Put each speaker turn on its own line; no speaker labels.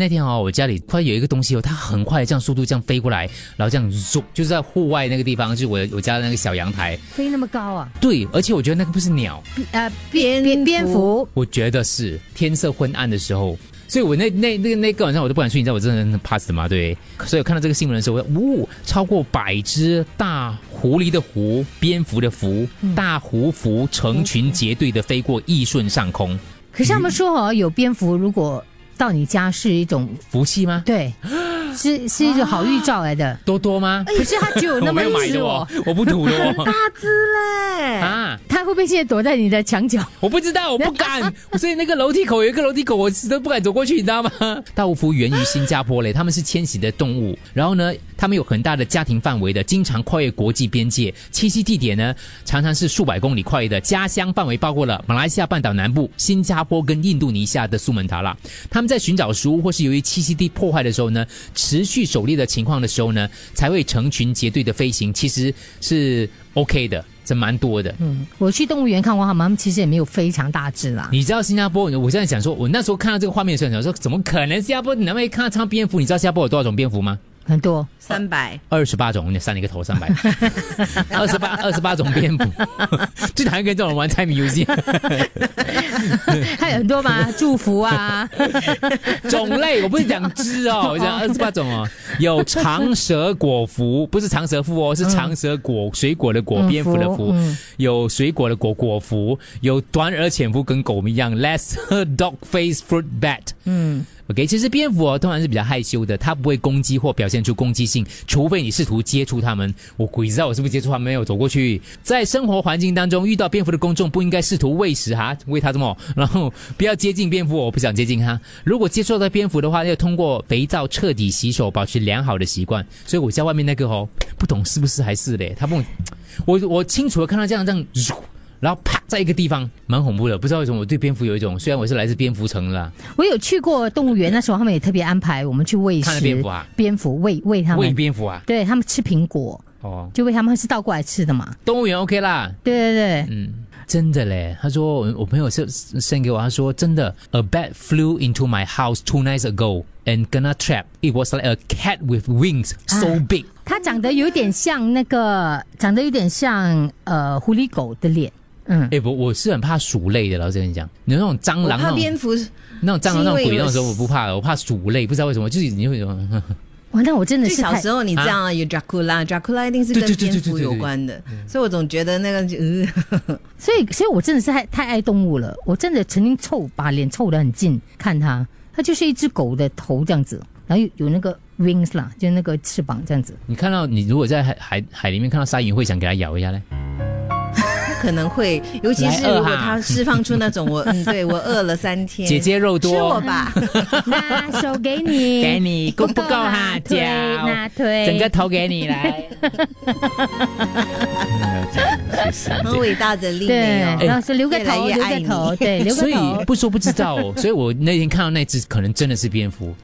那天哦，我家里突然有一个东西哦，它很快这样速度这样飞过来，然后这样 zoom，就是在户外那个地方，就是我我家的那个小阳台。
飞那么高啊？
对，而且我觉得那个不是鸟，
嗯
呃，
蝙
蝙蝙蝠，
我觉得是天色昏暗的时候。所以我那那那那个晚上我都不敢睡，你知道我真的很怕死嘛？对，所以我看到这个新闻的时候，我呜、超过百只大狐狸的狐、蝙蝠的蝠、大狐蝠成群结队的飞过易顺上空，
可是他们说哦，有蝙蝠如果到你家是一种
福气吗？
对，是是一种好预兆来
啊
的。
多多吗？
可是它只有哎那
我没
么
有
一
买
只
的
哦
哦，，我不吐的哦
哎大只嘞！
啊！
它会不会现在躲在你的墙角？
我不知道，我不 敢，所以那个楼梯口有一个楼梯口，我死都不敢走过去，你知道吗？ 大蝠源于新加坡嘞，他们是迁徙的动物，然后呢，他们有很大的家庭范围的，经常跨越国际边界，栖息地点呢常常是数百公里跨越的，家乡范围包括了马来西亚半岛南部、新加坡跟印度尼西亚的苏门答腊。他们在寻找食物或是由于栖息地破坏的时候呢，持续狩猎的情况的时候呢，才会成群结队的飞行，其实是 OK 的，这蛮多的。
我去动物园看过他们，他们其实也没有非常大只啦。
你知道新加坡？我现在想说，哦我那时候看到这个画面的时候，想说怎么可能？新加坡你那么一看到唱蝙蝠，你知道新加坡有多少种蝙蝠 吗？
很多，
三百，
二十八种，你扇你个头 三百，二十八二十八种蝙蝠，最讨厌跟这种人玩猜谜游 戏，
还有很 多嘛，祝福啊，
种类我不是讲只哦，我讲二十八种哦，有长舌果 蝠，不是长舌蝠哦，是长舌果水果的果，
嗯
蝙蝠的
蝠
蝠
嗯，
有水果的果果蝠，有短耳潜蝠跟狗一样，lesser dog face fruit bat，
嗯，
OK，其实蝙蝠哦，通常是比较害羞的，它不会攻击或表现出攻击性，除非你试图接触它们。我鬼知道我是不是接触它们，没有走过去。在生活环境当中遇到蝙蝠的公众，不应该试图喂食哈，喂它什么？然后不要接近蝙蝠，我哦不想接近它。如果接触到蝙蝠的话，要通过肥皂彻底洗手，保持良好的习惯。所以我家外面那个哦，不懂是不是还是嘞？它不，我我清楚的看到这样 这样。咻然后啪，在一个地方，蛮恐怖的。不知道为什么我对蝙蝠有一种，虽然我是来自蝙蝠城啦，
我有去过动物园，那时候他们也特别安排我们去喂
看
食
了蝙蝠啊，
蝙蝠喂喂他
喂
们，
蝙蝠啊，
对他们吃苹果，
哦，
就喂他们是倒过来吃的嘛，
动物园 OK 啦，
对对对，
嗯，真的嘞。他说我我朋友是 send 给我，他说真的，a bat flew into my house two nights ago and gonna trap. It was like a cat with wings so
啊
Ah
big.
它长得有点像那个，长得有点像呃狐狸狗的脸，嗯，
哎、我我是很怕鼠类的，老实跟你讲，你那种蟑
我
螂那
怕
种
蝙蝠，
那种蟑螂那种
是
鬼
因为
那
有
种时候我不怕的，我怕鼠类，不知道为什么，就是你会有 种呵呵
哇，那我真的
就是小
太
时候你这样啊有 Dracula，Dracula 一定是
对对对嗯
跟蝙
对对
蝠
对
有
对
关的，所以我总觉得那个就呃
所以，所以我真的是太太爱动物了。我真的曾经凑把脸凑得很近看它，它就是一只狗的头这样子，然后有有那个 wings 啦，就那个翅膀这样子。
你看到你如果在海海海里面看到鲨鱼，会想给它咬一下嘞？
可能会，尤其是
来饿
如果
哈
它释放出那种我嗯，对我饿了三天，
姐姐肉
吃
多，
我吧，
那手给你，
给你够不够啊哈 脚
那推，那推，
整个头给你 来。
很伟大的丽
对
美
哎
哦，。
然后说留个
越来
头，
越
留
爱
个
你
头，对，留个
所以
头。
不说不知道、哦，所以我那天看到那只可能真的是蝙蝠，